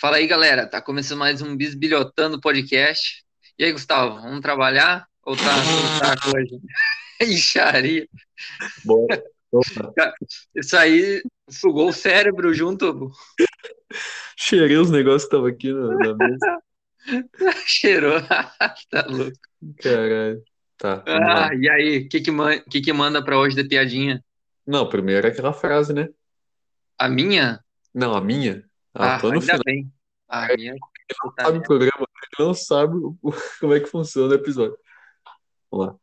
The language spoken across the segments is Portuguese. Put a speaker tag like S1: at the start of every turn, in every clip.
S1: Fala aí, galera. Tá começando mais um Bisbilhotando Podcast. E aí, Gustavo, vamos trabalhar? Ou tá saco hoje? Ixaria.
S2: Bom,
S1: Isso aí sugou o cérebro junto,
S2: cheirei os negócios que estavam aqui na, na mesa.
S1: cheirou. tá louco.
S2: Caralho. Tá. vamos lá.
S1: Ah, e aí, o que que, man- que que manda pra hoje de piadinha?
S2: Não, primeiro aquela frase, né?
S1: A minha?
S2: Não, a minha. Ah,
S1: Ah,
S2: tô no
S1: ainda tá
S2: final.
S1: bem. A minha.
S2: Ele não sabe o programa, ele não sabe o- o- como é que funciona o episódio. Vamos lá.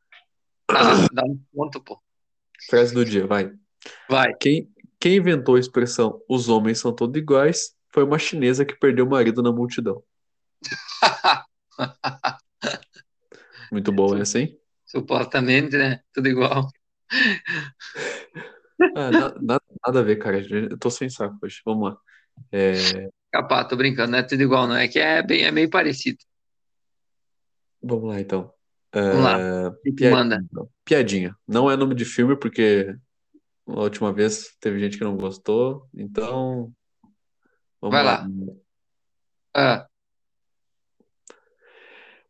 S1: Tá, dá um ponto, pô.
S2: Frase do dia, vai.
S1: Vai.
S2: Quem, quem inventou a expressão os homens são todos iguais foi uma chinesa que perdeu o marido na multidão. Muito bom essa, hein?
S1: Supostamente, né? Tudo igual.
S2: Ah, na- na- nada a ver, cara. Eu tô sem saco hoje. Vamos lá. É,
S1: Capá, tô brincando, não é tudo igual, não. É que é, bem, é meio parecido.
S2: vamos lá, então.
S1: Vamos lá.
S2: Ah,
S1: O que que
S2: Piadinha.
S1: manda?
S2: Não. Piadinha. Não é nome de filme, porque a última vez teve gente que não gostou. Então, vamos
S1: Vai lá. Ah,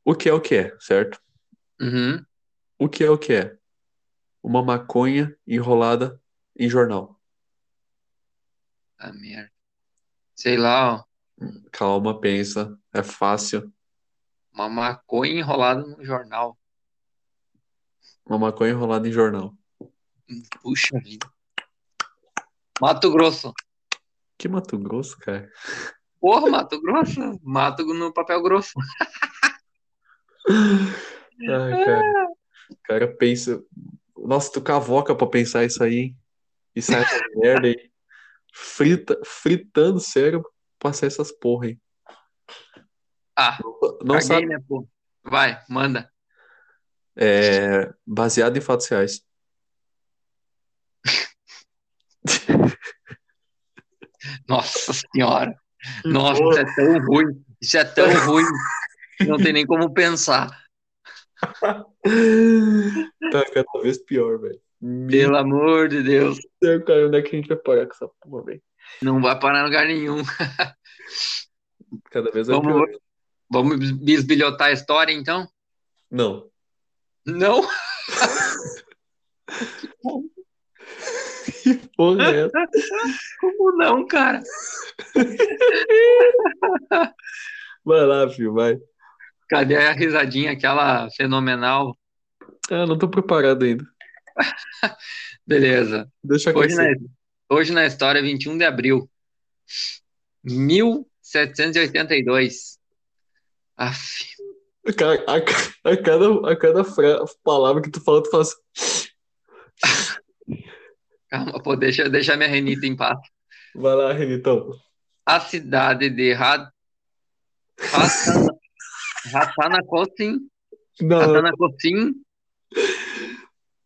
S2: O que é o que é, certo?
S1: uhum.
S2: O que é o que é? Uma maconha enrolada em jornal.
S1: Ah, merda. Sei lá, ó.
S2: Calma, pensa. É fácil.
S1: Uma maconha enrolada num jornal.
S2: Uma maconha enrolada em jornal.
S1: Puxa vida. Mato Grosso.
S2: Que Mato Grosso, cara.
S1: Porra, Mato Grosso. Mato no papel grosso.
S2: Ai, cara. O cara pensa. Nossa, tu cavoca pra pensar isso aí, hein? E sai essa merda aí. Frita, fritando o cérebro pra sair essas porra, hein?
S1: Ah,
S2: Não
S1: caguei,
S2: sabe.
S1: né, pô? Vai, manda.
S2: É, baseado em fatos reais.
S1: Nossa senhora. Nossa, isso é tão ruim. Isso é tão ruim. Não tem nem como pensar.
S2: Tá cada vez pior, velho. Meu
S1: Pelo amor de Deus.
S2: Deus, cara, onde é que a gente vai parar com essa porra, velho?
S1: Não vai parar em lugar nenhum.
S2: é Cada vez vai
S1: Vamos,
S2: pior.
S1: vamos bisbilhotar a história, então?
S2: Não.
S1: Não?
S2: Porra, é essa?
S1: Como não, cara?
S2: Vai lá, filho, vai.
S1: Cadê a risadinha, aquela fenomenal?
S2: Ah, não tô preparado ainda.
S1: Beleza.
S2: Deixa
S1: Hoje na,
S2: acontecer.
S1: hoje na história, 21 de abril, 1782. Aff,
S2: Cara, a, ca- a cada, a cada fra- palavra que tu fala, tu fala assim.
S1: calma, pô, deixa, deixa minha renita em paz.
S2: Vai lá, então. Renitão.
S1: A cidade de Ra- Ratana- Ratanakosin,
S2: Não,
S1: Ratanakosin,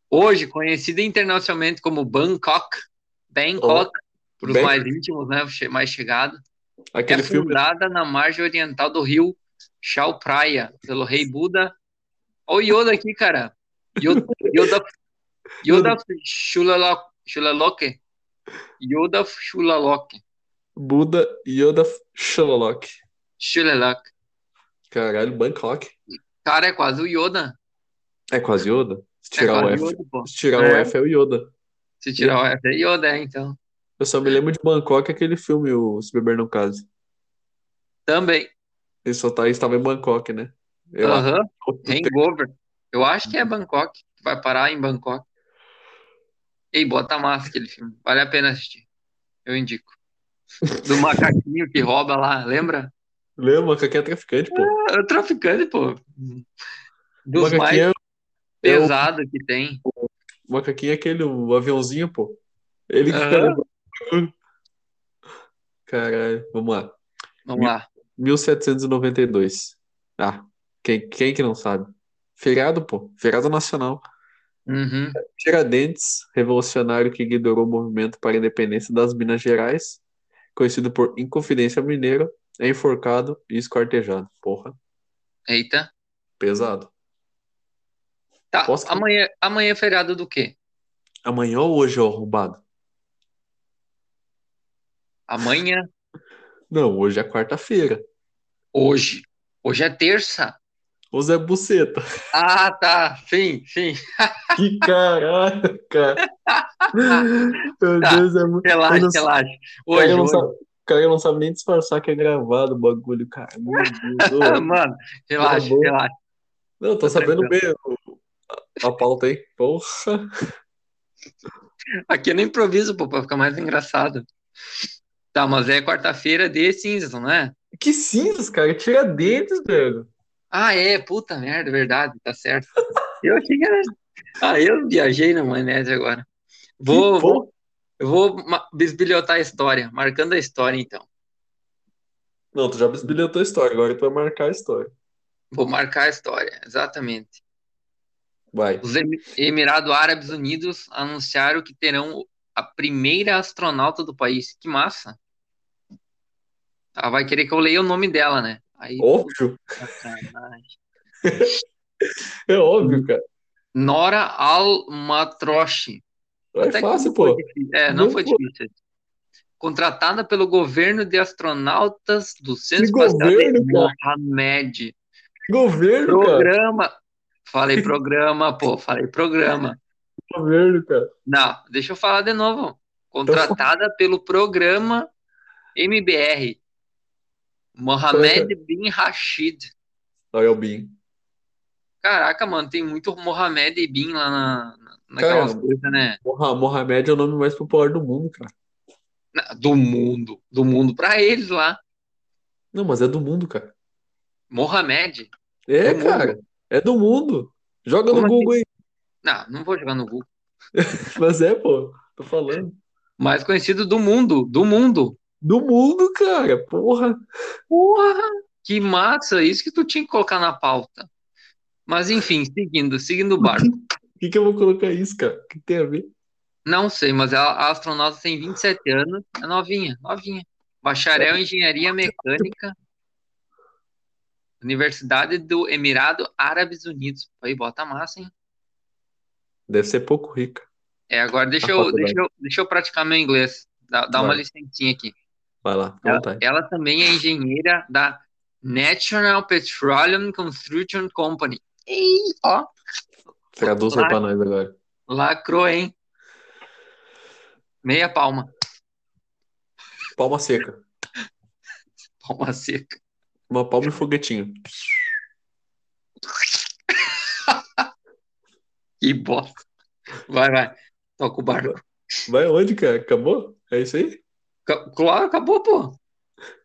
S1: hoje conhecida internacionalmente como Bangkok, Bangkok, para os
S2: Bang-
S1: mais íntimos, né, che- mais chegados, é
S2: aquele filme.
S1: fundada na margem oriental do rio Chao Phraya, pelo rei Buda. Olha o Yoda aqui, cara. Yoda, Yoda, Yoda Shulalo- Shulaloke. Yoda Shulaloke.
S2: Buda Yoda Sherlock.
S1: Shulaloke.
S2: Caralho, Bangkok.
S1: Cara, é quase o Yoda.
S2: É quase Yoda? Se
S1: É
S2: tirar o
S1: quase
S2: F.
S1: o Yoda, pô.
S2: Se tirar o
S1: É.
S2: F é o Yoda.
S1: Se tirar o F, é Yoda, é, então.
S2: Eu só me lembro de Bangkok, aquele filme, o Se Beber Não Case.
S1: Também.
S2: Ele só tá, estava em Bangkok, né? Eu
S1: Aham.
S2: acho que
S1: Hangover. Eu acho que é Bangkok. que Vai parar em Bangkok. Ei, bota massa aquele filme. Vale a pena assistir. Eu indico. Do macaquinho que rouba lá, lembra?
S2: Lembra? Bangkok é traficante, pô.
S1: É o traficante, pô. Dos
S2: Bangkok
S1: mais
S2: é, é o-
S1: pesados que tem.
S2: Bangkok é aquele o aviãozinho, pô. Ele que fica
S1: Aham.
S2: lembrando. Caralho, vamos lá.
S1: Vamos lá.
S2: 1792. Ah, quem, quem que não sabe? Feriado, pô. Feriado nacional.
S1: Uhum.
S2: Tiradentes, revolucionário que liderou o movimento para a independência das Minas Gerais, conhecido por Inconfidência Mineira, é enforcado e esquartejado. Porra,
S1: Eita.
S2: pesado.
S1: Tá.
S2: Posso-
S1: Amanhã, amanhã é feriado do quê?
S2: Amanhã ou hoje, ó, arrombado?
S1: Amanhã.
S2: Não, hoje é quarta-feira.
S1: Hoje. Hoje é terça.
S2: Ô Zé Buceta.
S1: Ah, tá. Sim, sim.
S2: Que caraca, cara. Meu
S1: Tá,
S2: Deus, é muito.
S1: Relaxa,
S2: Eu não-
S1: relaxa.
S2: O cara
S1: Hoje,
S2: não
S1: hoje.
S2: sabe- o cara não sabe nem disfarçar que é gravado o bagulho, cara. Meu Deus.
S1: Ah,
S2: ô.
S1: mano, relaxa,
S2: Tá bom.
S1: relaxa.
S2: Não,
S1: Tá
S2: tô sabendo bem o- a, a pauta aí. Porra.
S1: Aqui eu não improviso, pô, pra ficar mais engraçado. Tá, mas é quarta-feira de cinzas, não é?
S2: Que cinzas, cara. Tira dentes, velho.
S1: Ah, é, puta merda, verdade, tá certo. Eu achei que era. Ah, eu viajei na maionese agora. Vou,
S2: Que
S1: vou,
S2: porra.
S1: eu vou ma- bisbilhotar a história, marcando a história, então.
S2: Não, tu já bisbilhotou a história. Agora tu vai marcar a história.
S1: Vou marcar a história, exatamente.
S2: Vai.
S1: Os Emi- Emirados Árabes Unidos anunciaram que terão a primeira astronauta do país. Que massa! Ela vai querer que eu leia o nome dela, né? Aí,
S2: Óbvio.
S1: puta sacanagem.
S2: É
S1: Hum.
S2: óbvio, cara.
S1: Nora Al-Matroshi.
S2: É
S1: Até que
S2: fácil,
S1: não foi
S2: pô.
S1: difícil. É, não
S2: Não
S1: foi
S2: foi.
S1: difícil. Contratada pelo governo de astronautas do Centro
S2: Que
S1: Espacial
S2: governo,
S1: de
S2: cara?
S1: Mohamed.
S2: Governo,
S1: né?
S2: cara.
S1: Programa. Falei programa, pô, falei programa.
S2: Governo, cara.
S1: Não, deixa eu falar de novo. Contratada pelo programa MBR. Mohamed Bin Rashid.
S2: Olha o Bin.
S1: Caraca, mano, tem muito Mohamed e Bin lá na, na- naquelas
S2: Cara,
S1: coisas, né?
S2: Moha- Mohamed é o nome mais popular do mundo, cara.
S1: Na- Do mundo. Do mundo pra eles lá.
S2: Não, mas é do mundo, cara.
S1: Mohamed?
S2: É,
S1: Do mundo.
S2: cara. É do mundo. Joga
S1: Como assim?
S2: no Google aí.
S1: Não, não vou jogar no Google.
S2: Mas é, pô. Tô falando.
S1: Mais conhecido do mundo, do mundo.
S2: Do mundo, cara. Porra.
S1: Porra! Que massa, isso que tu tinha que colocar na pauta. Mas enfim, seguindo, seguindo o barco.
S2: O que que eu vou colocar isso, cara? O que tem a ver?
S1: Não sei, mas ela- a astronauta tem 27 anos, é novinha, novinha. Bacharel em Engenharia Mecânica, Universidade do Emirado Árabes Unidos. Aí bota massa, hein?
S2: Deve ser pouco rica.
S1: É, agora deixa
S2: A
S1: eu,
S2: faculdade.
S1: deixa eu, deixa eu praticar meu inglês. Dá, dá uma
S2: Vai.
S1: licencinha aqui.
S2: Vai lá, fica à
S1: Ela,
S2: vontade.
S1: ela também é engenheira da National Petroleum Construction Company. Ei, ó,
S2: Traduz aí pra nós agora.
S1: lacrou, hein? Meia palma,
S2: Palma seca.
S1: palma seca.
S2: Uma palma e um foguetinho.
S1: Que bosta. Vai, vai. Toca o barco.
S2: Vai onde, cara? Acabou? É isso aí?
S1: Ca- Claro, acabou, pô.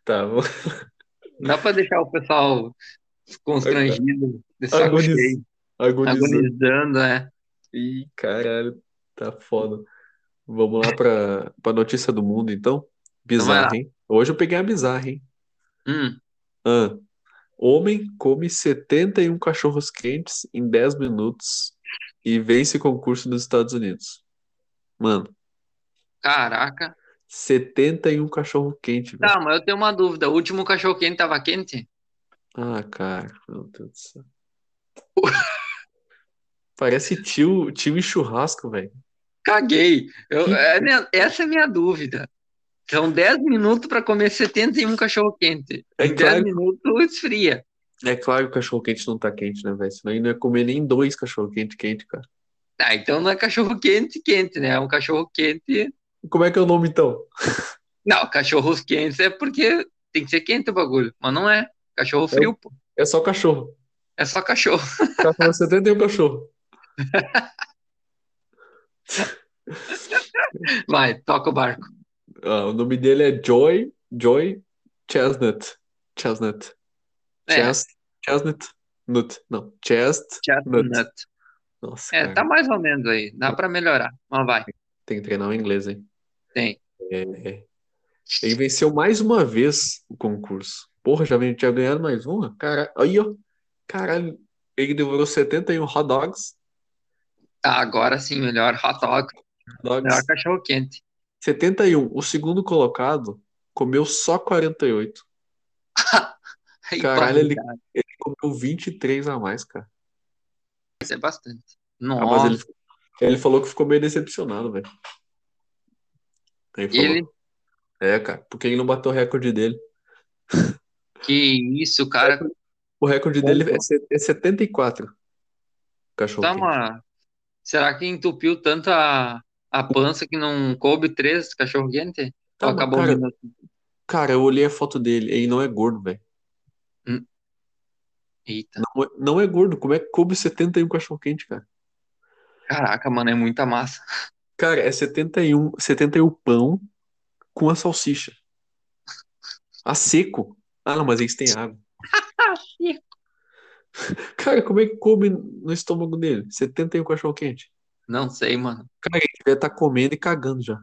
S2: Tá. vamos-
S1: Não dá pra deixar o pessoal constrangido, de saco
S2: Agoniz-
S1: cheio,
S2: Agonizando.
S1: agonizando, né?
S2: Ih, caralho. Tá foda. Vamos lá pra, pra notícia do mundo, então.
S1: Então vai
S2: Bizarra,
S1: lá.
S2: hein? Hoje eu peguei a bizarra, hein?
S1: Hum,
S2: Ah, homem come 71 cachorros quentes em 10 minutos e vence concurso dos Estados Unidos. Mano,
S1: caraca.
S2: 71 cachorro quente, velho.
S1: Tá, mas eu tenho uma dúvida. O último cachorro quente tava quente?
S2: Ah, cara, meu Deus do céu. Parece tio, tio e churrasco, velho.
S1: Caguei. Eu- é minha- essa é a minha dúvida. São 10 minutos para comer 71 cachorro-quente.
S2: É
S1: em 10
S2: claro.
S1: minutos esfria.
S2: É claro que o cachorro quente não tá quente, né, velho? Senão eu não ia comer nem dois cachorro quente quente, cara.
S1: Tá, então não é cachorro-quente quente, né? É um cachorro-quente.
S2: Como é que é o nome então?
S1: Não, cachorros quentes é porque tem que ser quente o bagulho. Mas não é. Cachorro frio, pô.
S2: É só cachorro.
S1: É só cachorro.
S2: O cara falou 71 cachorro.
S1: Vai, toca o barco.
S2: Ah, o nome dele é Joy, Joy Chestnut. Chestnut.
S1: É,
S2: Chest, Chestnut. Nut. Não, Chest.
S1: chestnut.
S2: Nossa,
S1: É,
S2: cara,
S1: tá mais ou menos aí. Dá para melhorar. Mas vai.
S2: tem que treinar o inglês, hein?
S1: Tem.
S2: É. Ele venceu mais uma vez o concurso. Porra, já vem- tinha ganhado mais uma? Cara, aí, ó. Caralho, ele devorou 71 hot dogs.
S1: Tá, agora sim, melhor hot dog.
S2: Hot dogs.
S1: Melhor cachorro-quente.
S2: 71. O segundo colocado comeu só 48.
S1: Aí,
S2: Caralho, ele-
S1: barbaridade.
S2: Ele comeu 23 a mais, cara.
S1: Isso é bastante.
S2: Ah,
S1: Nossa.
S2: mas ele, ele falou que ficou meio decepcionado, velho. Ele falou.
S1: Ele,
S2: É, cara, porque ele não bateu o recorde dele.
S1: Que isso, cara.
S2: O recorde dele é se- é 74. Cachorro
S1: Tá
S2: quente.
S1: uma... Será que entupiu tanto a, a pança que não coube três cachorro quente?
S2: Tá,
S1: Ou
S2: mas,
S1: acabou
S2: cara,
S1: vindo assim?
S2: cara, eu olhei a foto dele. Ele não é gordo, velho.
S1: Eita.
S2: Não, é- não é gordo. Como é que coube 71 cachorro quente, cara?
S1: Caraca, mano, é muita massa.
S2: Cara, é 71, 71 pão com a salsicha. A seco. Ah, não, mas eles têm água. Cara, como é que coube no estômago dele? 71 cachorro quente.
S1: Não sei, mano.
S2: Cara, ele devia estar comendo e cagando já.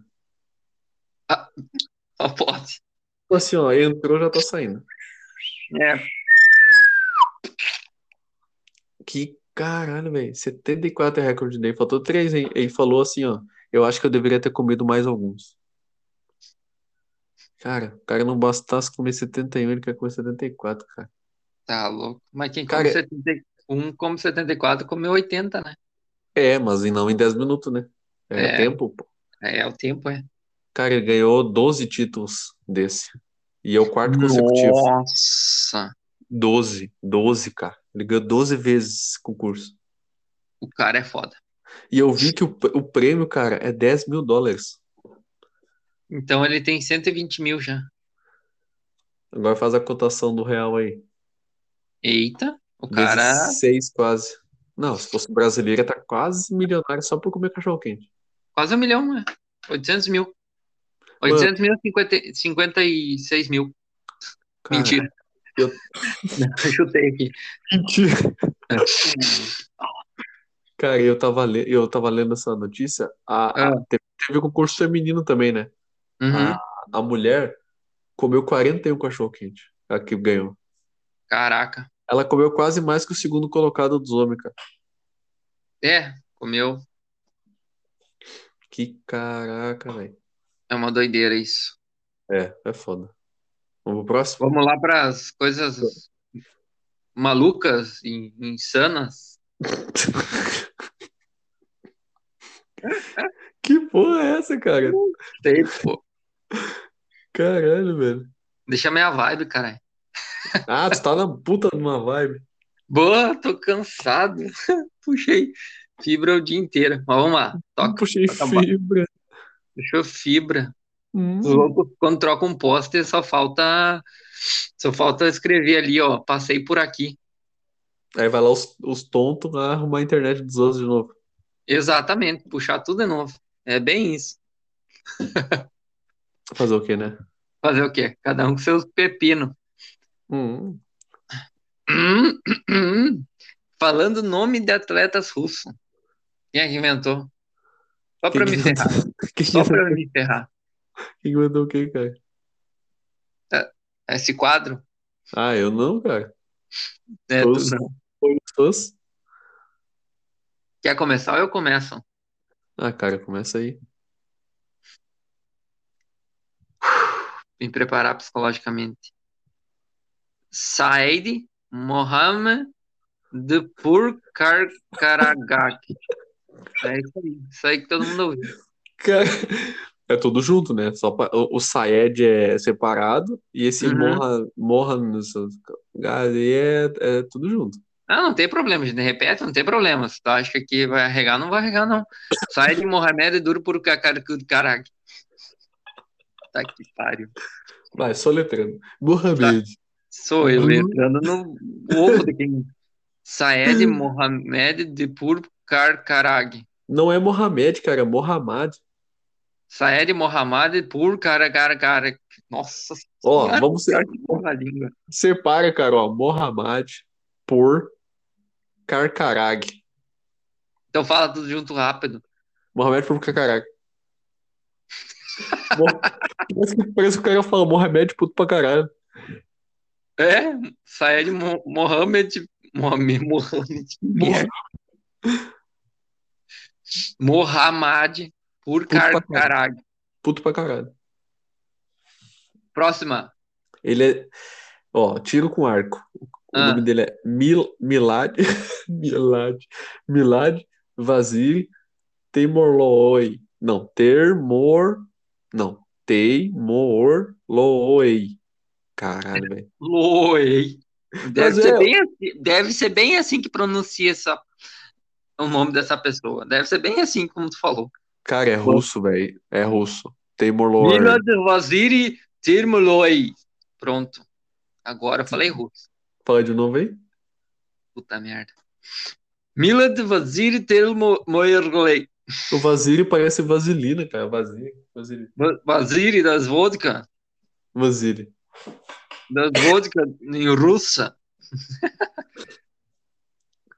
S1: Só pode.
S2: Tipo Assim, ó, entrou, já tá saindo.
S1: É.
S2: Que caralho, velho. 74 é recorde dele. Faltou 3, hein? Ele falou assim, ó. Eu acho que eu deveria ter comido mais alguns. Cara, o cara não bastasse comer 71, ele quer comer 74, cara.
S1: Tá louco. Mas quem come
S2: Cara,
S1: 71, come 74, come 80, né?
S2: é, mas e não em 10 minutos, né? É,
S1: É.
S2: tempo, pô.
S1: É, é o tempo, é.
S2: Cara, ele ganhou 12 títulos desse. E é o quarto consecutivo.
S1: Nossa.
S2: 12, 12, cara. Ele ganhou 12 vezes esse concurso.
S1: O cara é foda.
S2: E eu vi que o, o prêmio, cara, é 10 mil dólares.
S1: Então ele tem 120 mil já.
S2: Agora faz a cotação do real aí.
S1: Eita, o cara.
S2: Vezes 6 quase. Não, se fosse brasileira, tá quase milionário só por comer cachorro-quente.
S1: Quase um milhão, né? 800 mil. 800 mil, 50, 56 mil.
S2: Cara,
S1: Mentira.
S2: eu-
S1: Eu chutei aqui.
S2: Mentira. Cara, eu tava, le... eu tava lendo essa notícia. A... a- Teve, teve um concurso feminino também, né?
S1: Uhum.
S2: A, a mulher comeu 41 cachorro-quente. A que ganhou.
S1: Caraca.
S2: Ela comeu quase mais que o segundo colocado dos homens, cara.
S1: É, comeu.
S2: Que caraca, velho.
S1: É uma doideira isso.
S2: É, é foda. Vamos pro próximo?
S1: Vamos lá para as coisas malucas e insanas.
S2: Que porra é essa, cara?
S1: Sei, pô.
S2: Caralho, velho.
S1: Deixa minha vibe, caralho.
S2: Ah, tu tá na puta de uma vibe.
S1: Boa, tô cansado. Puxei fibra o dia inteiro. Mas vamos lá. Toca.
S2: Puxei
S1: Acabou.
S2: fibra.
S1: Puxou fibra.
S2: Hum.
S1: Os loucos, quando troca um pôster, só falta. Só falta escrever ali, ó. Passei por aqui.
S2: Aí vai lá os, os tontos lá arrumar a internet dos outros de novo.
S1: Exatamente. Puxar tudo de novo. É bem isso.
S2: Fazer o quê, né?
S1: Fazer o quê? Cada um com seus pepinos.
S2: Hum.
S1: Hum, hum. Falando nome de atletas russos. Quem é que inventou? Só pra
S2: Quem
S1: me
S2: que
S1: ferrar.
S2: Quem
S1: Só pra me ferrar.
S2: quem mandou o quê, cara?
S1: Esse quadro?
S2: Ah, eu não, cara.
S1: É, tu
S2: Todos.
S1: não.
S2: Foi os fãs.
S1: Quer começar ou eu começo?
S2: Ah, cara, começa aí.
S1: Me preparar psicologicamente. Said Mohammed Dpur Kar Karagak. É isso aí. Isso aí que todo mundo ouviu.
S2: Cara, é tudo junto, né? Só pa- o, o Saed é separado e esse
S1: Uhum.
S2: Mohan, Mohan ali é, é tudo junto.
S1: Ah, não tem problema, gente. Repete, não tem problema. Se tu acha que vai arregar, não vai arregar, não. Said Mohammed Dpur Karagak. Tá que pariu.
S2: Vai, só letrando. Mohamed.
S1: Tá. Sou
S2: Uhum.
S1: eu, entrando no ovo de quem. Saed Mohamed Dipur Karkarag.
S2: Não é Mohamed, cara, é Mohamad.
S1: Saed Mohamed Dipur Karkarag. Nossa
S2: Ó,
S1: senhora,
S2: vamos ser,
S1: pior que porra a língua.
S2: separa, cara, ó. Mohamad por Karkarag.
S1: Então fala tudo junto rápido.
S2: Mohamed por Karkarag. Mo- Parece que- Parece que o cara fala Mohamed puto pra caralho.
S1: É, Saed Mo- Mohamed Mohamed Mohamed
S2: Mohamed.
S1: Mohamed Pur
S2: pra caralho.
S1: Karkarag.
S2: Puto pra caralho.
S1: Próxima.
S2: Ele é. Ó, tiro com arco. O
S1: Ah.
S2: nome dele é Mil, Milad. Milad. Milad Vaziri Temorlooi. Não, Termor. Não, Teimorlooi. Caralho, velho.
S1: Loi. Deve
S2: Mas
S1: ser,
S2: é-
S1: bem assim, deve ser bem assim que pronuncia essa, o nome dessa pessoa. Deve ser bem assim como tu falou.
S2: Cara, é russo, velho. É russo. Taylor Lord.
S1: Milad Vasiri Tirmoloi. Pronto. Agora eu falei russo.
S2: Fala de novo aí.
S1: Puta merda. Milad Vasiri Tirmoloi.
S2: O Vasily parece vaselina, cara. Vasily. Vasily.
S1: Va- Vasiri das vodka.
S2: Vasily.
S1: Das vodka em russa.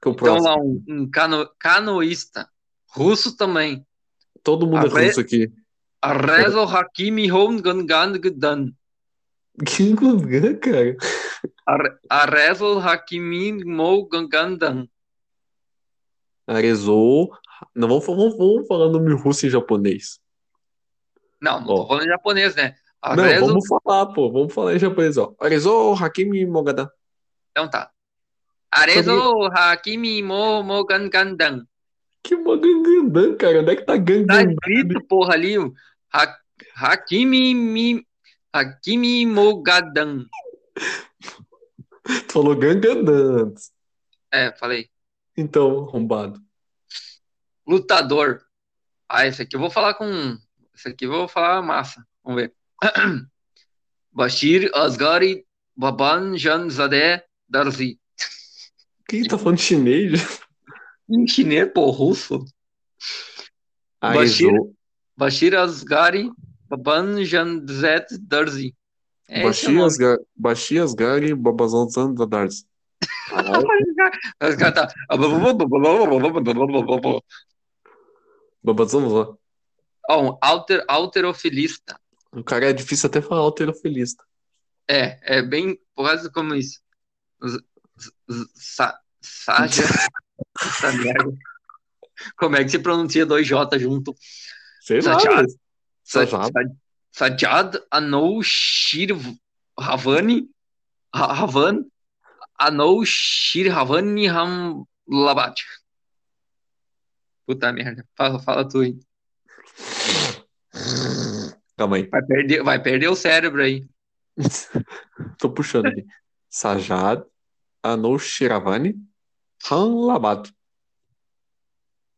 S2: Que é o
S1: Então
S2: próximo.
S1: lá um, um cano, canoísta. Russo também.
S2: Todo mundo é
S1: Arre-
S2: russo aqui.
S1: Arrezo Hakimi Hongangandan.
S2: Gingungan, cara.
S1: Ar- Arezzo Hakimi Mo Gangandan.
S2: Arezou. Não, vamos, vamos, vamos falar nome russo em japonês.
S1: Não, não tô
S2: Ó.
S1: falando em japonês, né?
S2: Não,
S1: Arezzo.
S2: vamos falar, pô. Vamos falar em japonês, ó. Arezou, Hakimi Mogada.
S1: Então tá. Arezzo Hakimi Mo Mo Gangandan.
S2: Que Mogangandan, cara. Onde é que tá
S1: Tá
S2: Gangandan?
S1: escrito, porra, ali. o Ha- Hakimi Mi. Hakimi Mogadan.
S2: Tu falou Gangandan antes.
S1: É, falei.
S2: Então, arrombado.
S1: Lutador. Ah, esse aqui eu vou falar com. Esse aqui eu vou falar massa. Vamos ver. Bashir Asgari Baban Janzadeh Darzi.
S2: Quem tá falando chinês?
S1: Em chinês, pô, russo. Bashir.
S2: Arezou.
S1: Bashir Asgari Babanjanzet Darzi. É esse o
S2: Bashir
S1: nome.
S2: Asgar- Bashir Asgari Babazan Zandadarz. Caralho.
S1: Os caras tá-
S2: Babazan Zandadarz.
S1: Ó, um alter, alterofilista.
S2: O cara é difícil até falar alterofilista.
S1: É, é bem quase como isso. Z- z- sa- Saja. Essa merda. Como é que se pronuncia dois J junto?
S2: Sei lá,
S1: Sajado.
S2: velho.
S1: Sa-
S2: Sajado.
S1: sa- Sajad Anou Shir Havani Ha- Havan Anou Shir Havani Hamlabat. Puta merda. Fala, fala tu aí.
S2: Calma aí.
S1: Vai perder, vai perder o cérebro aí.
S2: Tô puxando aqui. Sajad Anoshiravani Hanlabat.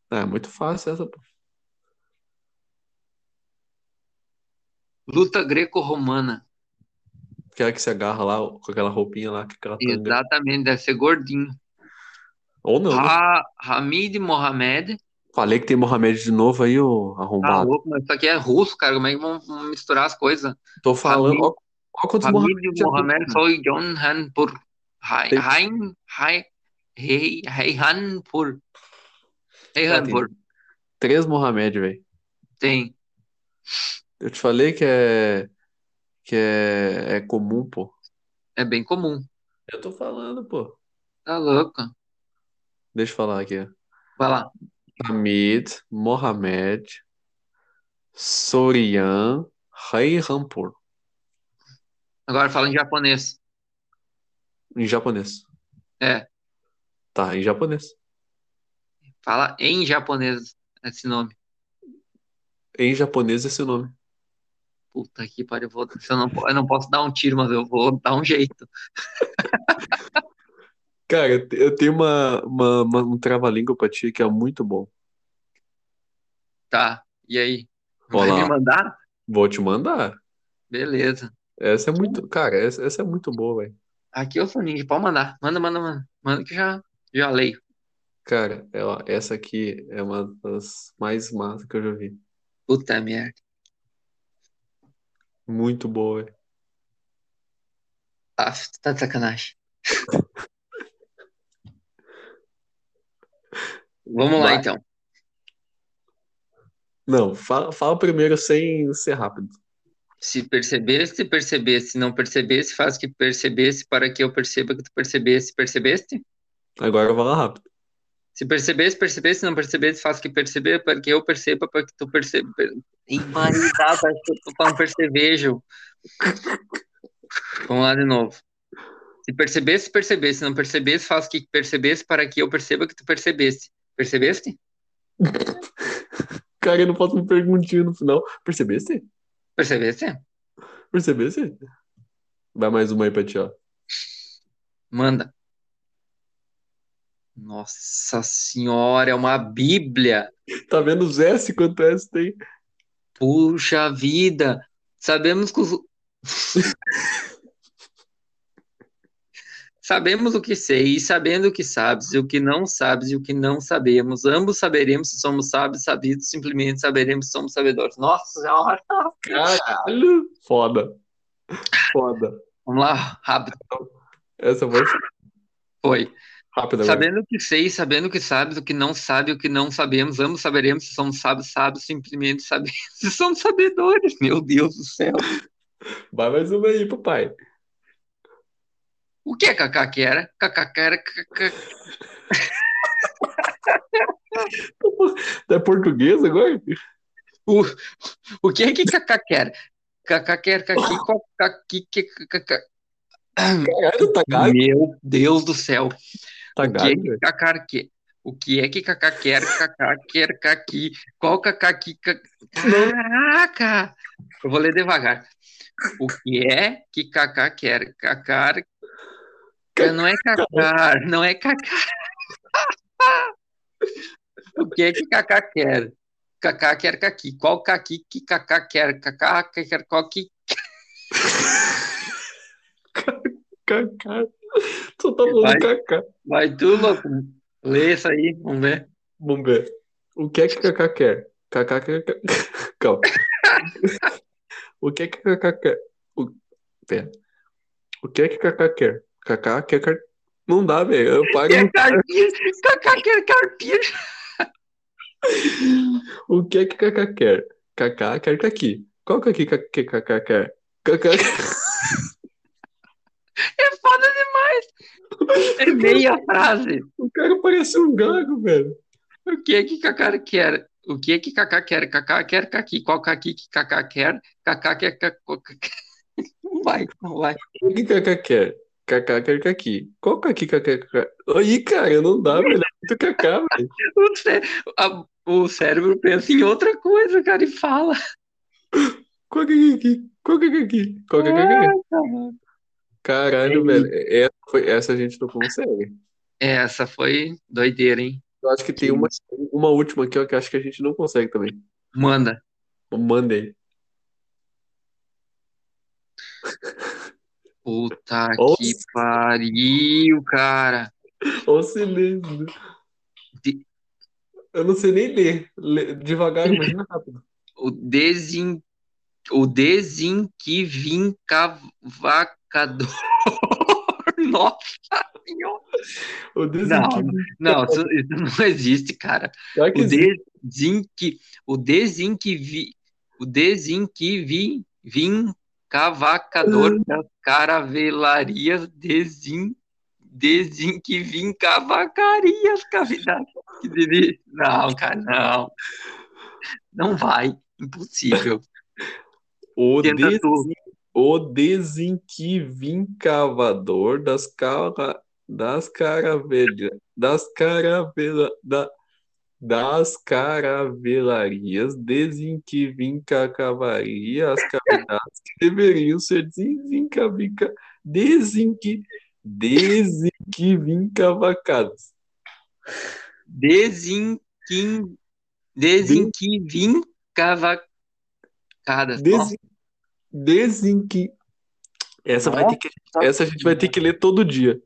S2: Ah, muito fácil essa. pô.
S1: Luta greco-romana.
S2: Aquela que se agarra lá com aquela roupinha lá, com aquela tanga.
S1: Exatamente, deve ser gordinho.
S2: Ou não. né?
S1: Ha, Hamid Mohamed.
S2: Falei que tem Mohamed de novo aí, ô
S1: Tá
S2: arrombado.
S1: louco, mas isso aqui é russo, cara. Como é que vão vão misturar as coisas?
S2: Tô falando.
S1: Hamid-
S2: Ó, ó quantos Mohamed
S1: Hamid
S2: já tem,
S1: Mohamed
S2: cara.
S1: foi John Hanpur. Hai-
S2: Tem-
S1: Haim, Hai, Rei, Reihanpur. Reihanpur,
S2: Três Mohamed, velho.
S1: tem.
S2: Eu te falei que é. Que é, é comum, pô.
S1: É bem comum.
S2: Eu tô falando, pô.
S1: Tá louco.
S2: Deixa eu falar aqui. ó.
S1: Vai lá.
S2: Hamid, Mohamed, Sorian, Reihanpur,
S1: Agora fala em japonês.
S2: em japonês.
S1: É.
S2: Tá, em japonês.
S1: Fala em japonês esse nome.
S2: Em japonês esse nome.
S1: Puta que pariu. Eu, vou, se eu, não, po- eu não posso dar um tiro, mas eu vou dar um jeito.
S2: Cara, eu te- eu tenho uma, uma, uma- um trava-língua pra ti que é muito bom.
S1: Tá. E aí?
S2: Olá.
S1: Vai me mandar?
S2: Vou te mandar.
S1: Beleza.
S2: Essa é muito. Cara, essa, essa é muito boa, velho.
S1: Aqui é eu sou ninja. Pode mandar. Manda, manda, manda. Manda que eu já, já leio.
S2: Cara, é, ó, essa aqui é uma das mais massas que eu já vi.
S1: Puta merda.
S2: Muito boa, velho.
S1: Ah, tu tá de sacanagem. Vamos lá,
S2: Vai.
S1: então.
S2: Não, fala, fala primeiro sem ser rápido.
S1: Se percebeste, percebeste. Não percebesse, faz que percebesse para que eu perceba que tu percebesse. Percebeste?
S2: Agora fala rápido.
S1: Se percebesse, percebesse. Não percebesse, faz que perceber para que eu perceba para que tu perceba. Em variedade, acho que eu tô falando um percevejo. Vamos lá de novo. Se percebesse, percebesse. Não percebesse, faz que percebesse para que eu perceba que tu percebesse. Percebeste?
S2: Cara, eu não posso me perguntinha no final. Percebeste?
S1: Percebeste?
S2: Percebesse? Vai mais uma aí pra ti, ó.
S1: Manda. Nossa senhora, é uma bíblia.
S2: Tá vendo os S quanto S tem?
S1: Puxa vida. Sabemos que os- Sabemos o que sei e sabendo o que sabes, e o que não sabes e o que não sabemos. Ambos saberemos se somos sábios, sabidos, simplesmente saberemos se somos sabedores. Nossa senhora.
S2: Caralho! Foda. Foda.
S1: Vamos lá, rápido.
S2: Essa foi
S1: Foi.
S2: rápida, velho.
S1: Sabendo o que sei, sabendo o que sabes, o que não sabe, o que não sabemos, ambos saberemos se somos sábios, sábios, simplesmente sabemos se somos sabedores. Meu Deus do céu.
S2: Vai mais uma aí, papai.
S1: O que é Kaká que era? Kaká que era. cacá-
S2: Tu É português agora?
S1: O, o que é que Kaká que era? Kaká que era, caqui, co- caqui, que- cacá-
S2: Caralho, tá gago.
S1: Meu Deus do céu.
S2: Tá
S1: O que é
S2: gago,
S1: que
S2: velho.
S1: Kaká que. O que é que Kaká quer? Kaká quer caqui. Qual Kaká que. ca- Caraca! Eu vou ler devagar. O que é que Kaká quer? Kaká. Não é Kaká, não é Kaká. O que é que Kaká quer? Kaká quer caqui. Qual caqui que Kaká quer? Kaká quer qual que.
S2: Cacá. Só tá falando
S1: Vai.
S2: cacá.
S1: Vai tu, louco. Lê isso aí, vamos ver.
S2: Vamos ver. O que é que Cacá quer? Cacá quer. Calma. O que é que Cacá quer? O... Pera. O que é que Cacá quer? Cacá quer. car- Não dá, velho. Eu pago.
S1: Quer carpir? Kaká quer carpir.
S2: O que é que Cacá quer? Cacá quer caqui. Qual caqui ca- que Cacá quer? Cacá.
S1: É foda demais. É meia frase.
S2: O cara parece um gago, velho.
S1: O que é que Kaká quer? O que é que Kaká quer? Kaká quer caqui. Qual caqui que Kaká quer? Kaká quer cacô. Não vai, não vai.
S2: O que Cacá quer? Cacá quer caqui. Qual caqui Cacá quer? Aí, cara, não dá, velho. É muito Cacá, velho.
S1: O, cé- a- o cérebro pensa em outra coisa, cara, e fala.
S2: Qual caqui? Qual caqui? Qual é? caqui?
S1: Ah, tá É
S2: Caralho,
S1: isso.
S2: velho, essa, foi- essa a gente não consegue.
S1: É, Essa foi doideira, hein?
S2: Eu acho que tem uma, uma última aqui, ó, que eu acho que a gente não consegue também.
S1: Manda.
S2: Mandei.
S1: Puta
S2: Nossa.
S1: que pariu, cara.
S2: Ó, o silêncio.
S1: De-
S2: Eu não sei nem ler. Lê- devagar, imagina rápido.
S1: O desin... O desenquivincavacador. Nossa senhora.
S2: O desequilíbrio.
S1: Não, isso, isso não existe, cara.
S2: Será que
S1: O
S2: existe?
S1: desinqui... O desinquivi... O desinquivi... Vincavacador das caravelarias desin... Desinquivincavacarias, cavidade. Que delícia. Não, cara, não. Não vai. Impossível.
S2: O,
S1: Tenta
S2: des,
S1: tu.
S2: o desenquivincavador das cara, das caravelha, das caravela, da, das caravelarias, desenquivincavaria as cavidades que deveriam ser desencavinca, desenqui, desenquivincavacadas.
S1: Desinquim... Desinquivincavacadas. Nossa,
S2: Desen, desenqui. Essa vai ter que
S1: tá
S2: Essa a gente vai ter que ler todo dia.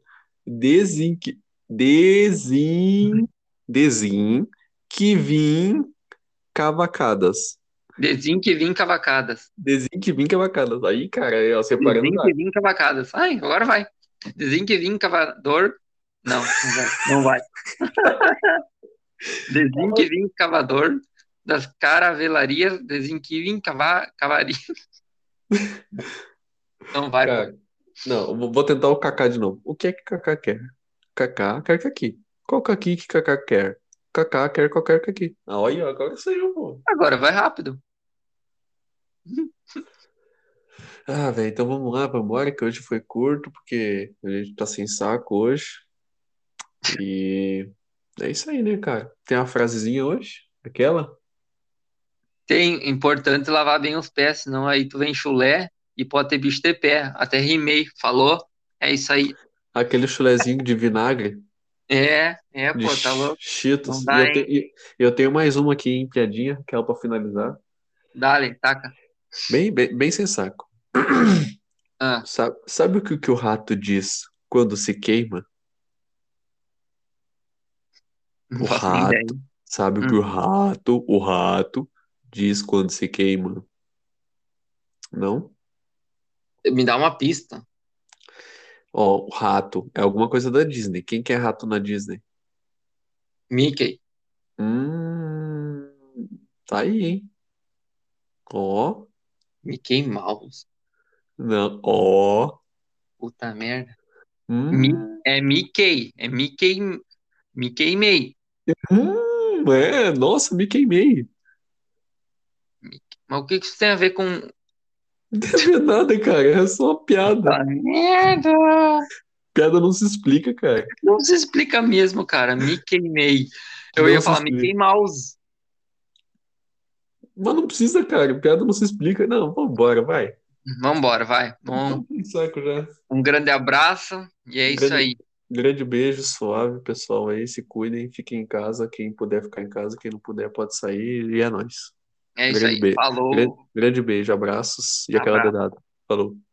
S2: Desinque. Desin. Desin. Que vim cavacadas.
S1: Desinquivincavacadas.
S2: Desin que vim cavacadas. Aí, cara, aí, ó, separando.
S1: Dizem que vim cavacadas. Ai, agora vai. Dizem que vim cavador. Não, não vai. Não vai. Dizem que vim cavador das caravelarias. Dizem que vim cava, cavaria. Não vai. pô.
S2: Cara, não, eu vou- vou tentar o Kaká de novo. O que é que Kaká quer? Kaká quer caqui. Qual caqui que Kaká quer? Kaká quer qualquer caqui. Ah, olha, agora saiu, pô.
S1: Agora vai rápido.
S2: Ah, velho, então vamos lá, vamos embora, que hoje foi curto, porque a gente tá sem saco hoje. E é isso aí, né, cara? Tem uma frasezinha hoje? Aquela?
S1: Tem importante lavar bem os pés, senão aí tu vem chulé E pode ter bicho de pé. Até rimei, falou. É isso aí.
S2: Aquele chulezinho de vinagre.
S1: É, é,
S2: De
S1: pô, tá louco. Não
S2: Cheetos. E
S1: dá,
S2: eu, te- e- eu tenho mais uma aqui, em piadinha, que é pra finalizar.
S1: Dale, taca.
S2: Bem, bem, bem sem saco.
S1: Ah.
S2: Sabe, sabe o que, que o rato diz quando se queima?
S1: Não
S2: O
S1: faço nem ideia.
S2: Sabe o que o
S1: Hum.
S2: rato, o rato, diz quando se queima? Não?
S1: Me dá uma pista.
S2: Ó, o rato é alguma coisa da Disney. Quem que é rato na Disney?
S1: Mickey.
S2: Hum, tá aí, hein? Ó,
S1: Mickey Mouse.
S2: não, ó,
S1: Puta merda.
S2: hum,
S1: É Mickey. É Mickey. Mickey May.
S2: hum, é, nossa, me queimei.
S1: Mas o que que isso tem a ver com.
S2: Não tem a ver nada, cara, é só uma piada.
S1: Ah, merda!
S2: Piada não se explica, cara.
S1: Não se explica mesmo, cara. Mickey May. Eu
S2: Não
S1: ia
S2: se
S1: falar
S2: explica.
S1: Mickey Mouse.
S2: Mas não precisa, cara, piada não se explica. Não, vambora, vai.
S1: Vambora, vai. Um,
S2: Tô com saco já.
S1: um grande abraço e é isso
S2: Um Grande-
S1: aí.
S2: Grande beijo, suave, pessoal aí, se cuidem, fiquem em casa, quem puder ficar em casa, quem não puder pode sair, e é nóis.
S1: É isso
S2: Grande
S1: aí.
S2: beijo.
S1: Falou.
S2: Grande, grande beijo, abraços e aquela
S1: Abraço.
S2: dedada. Falou.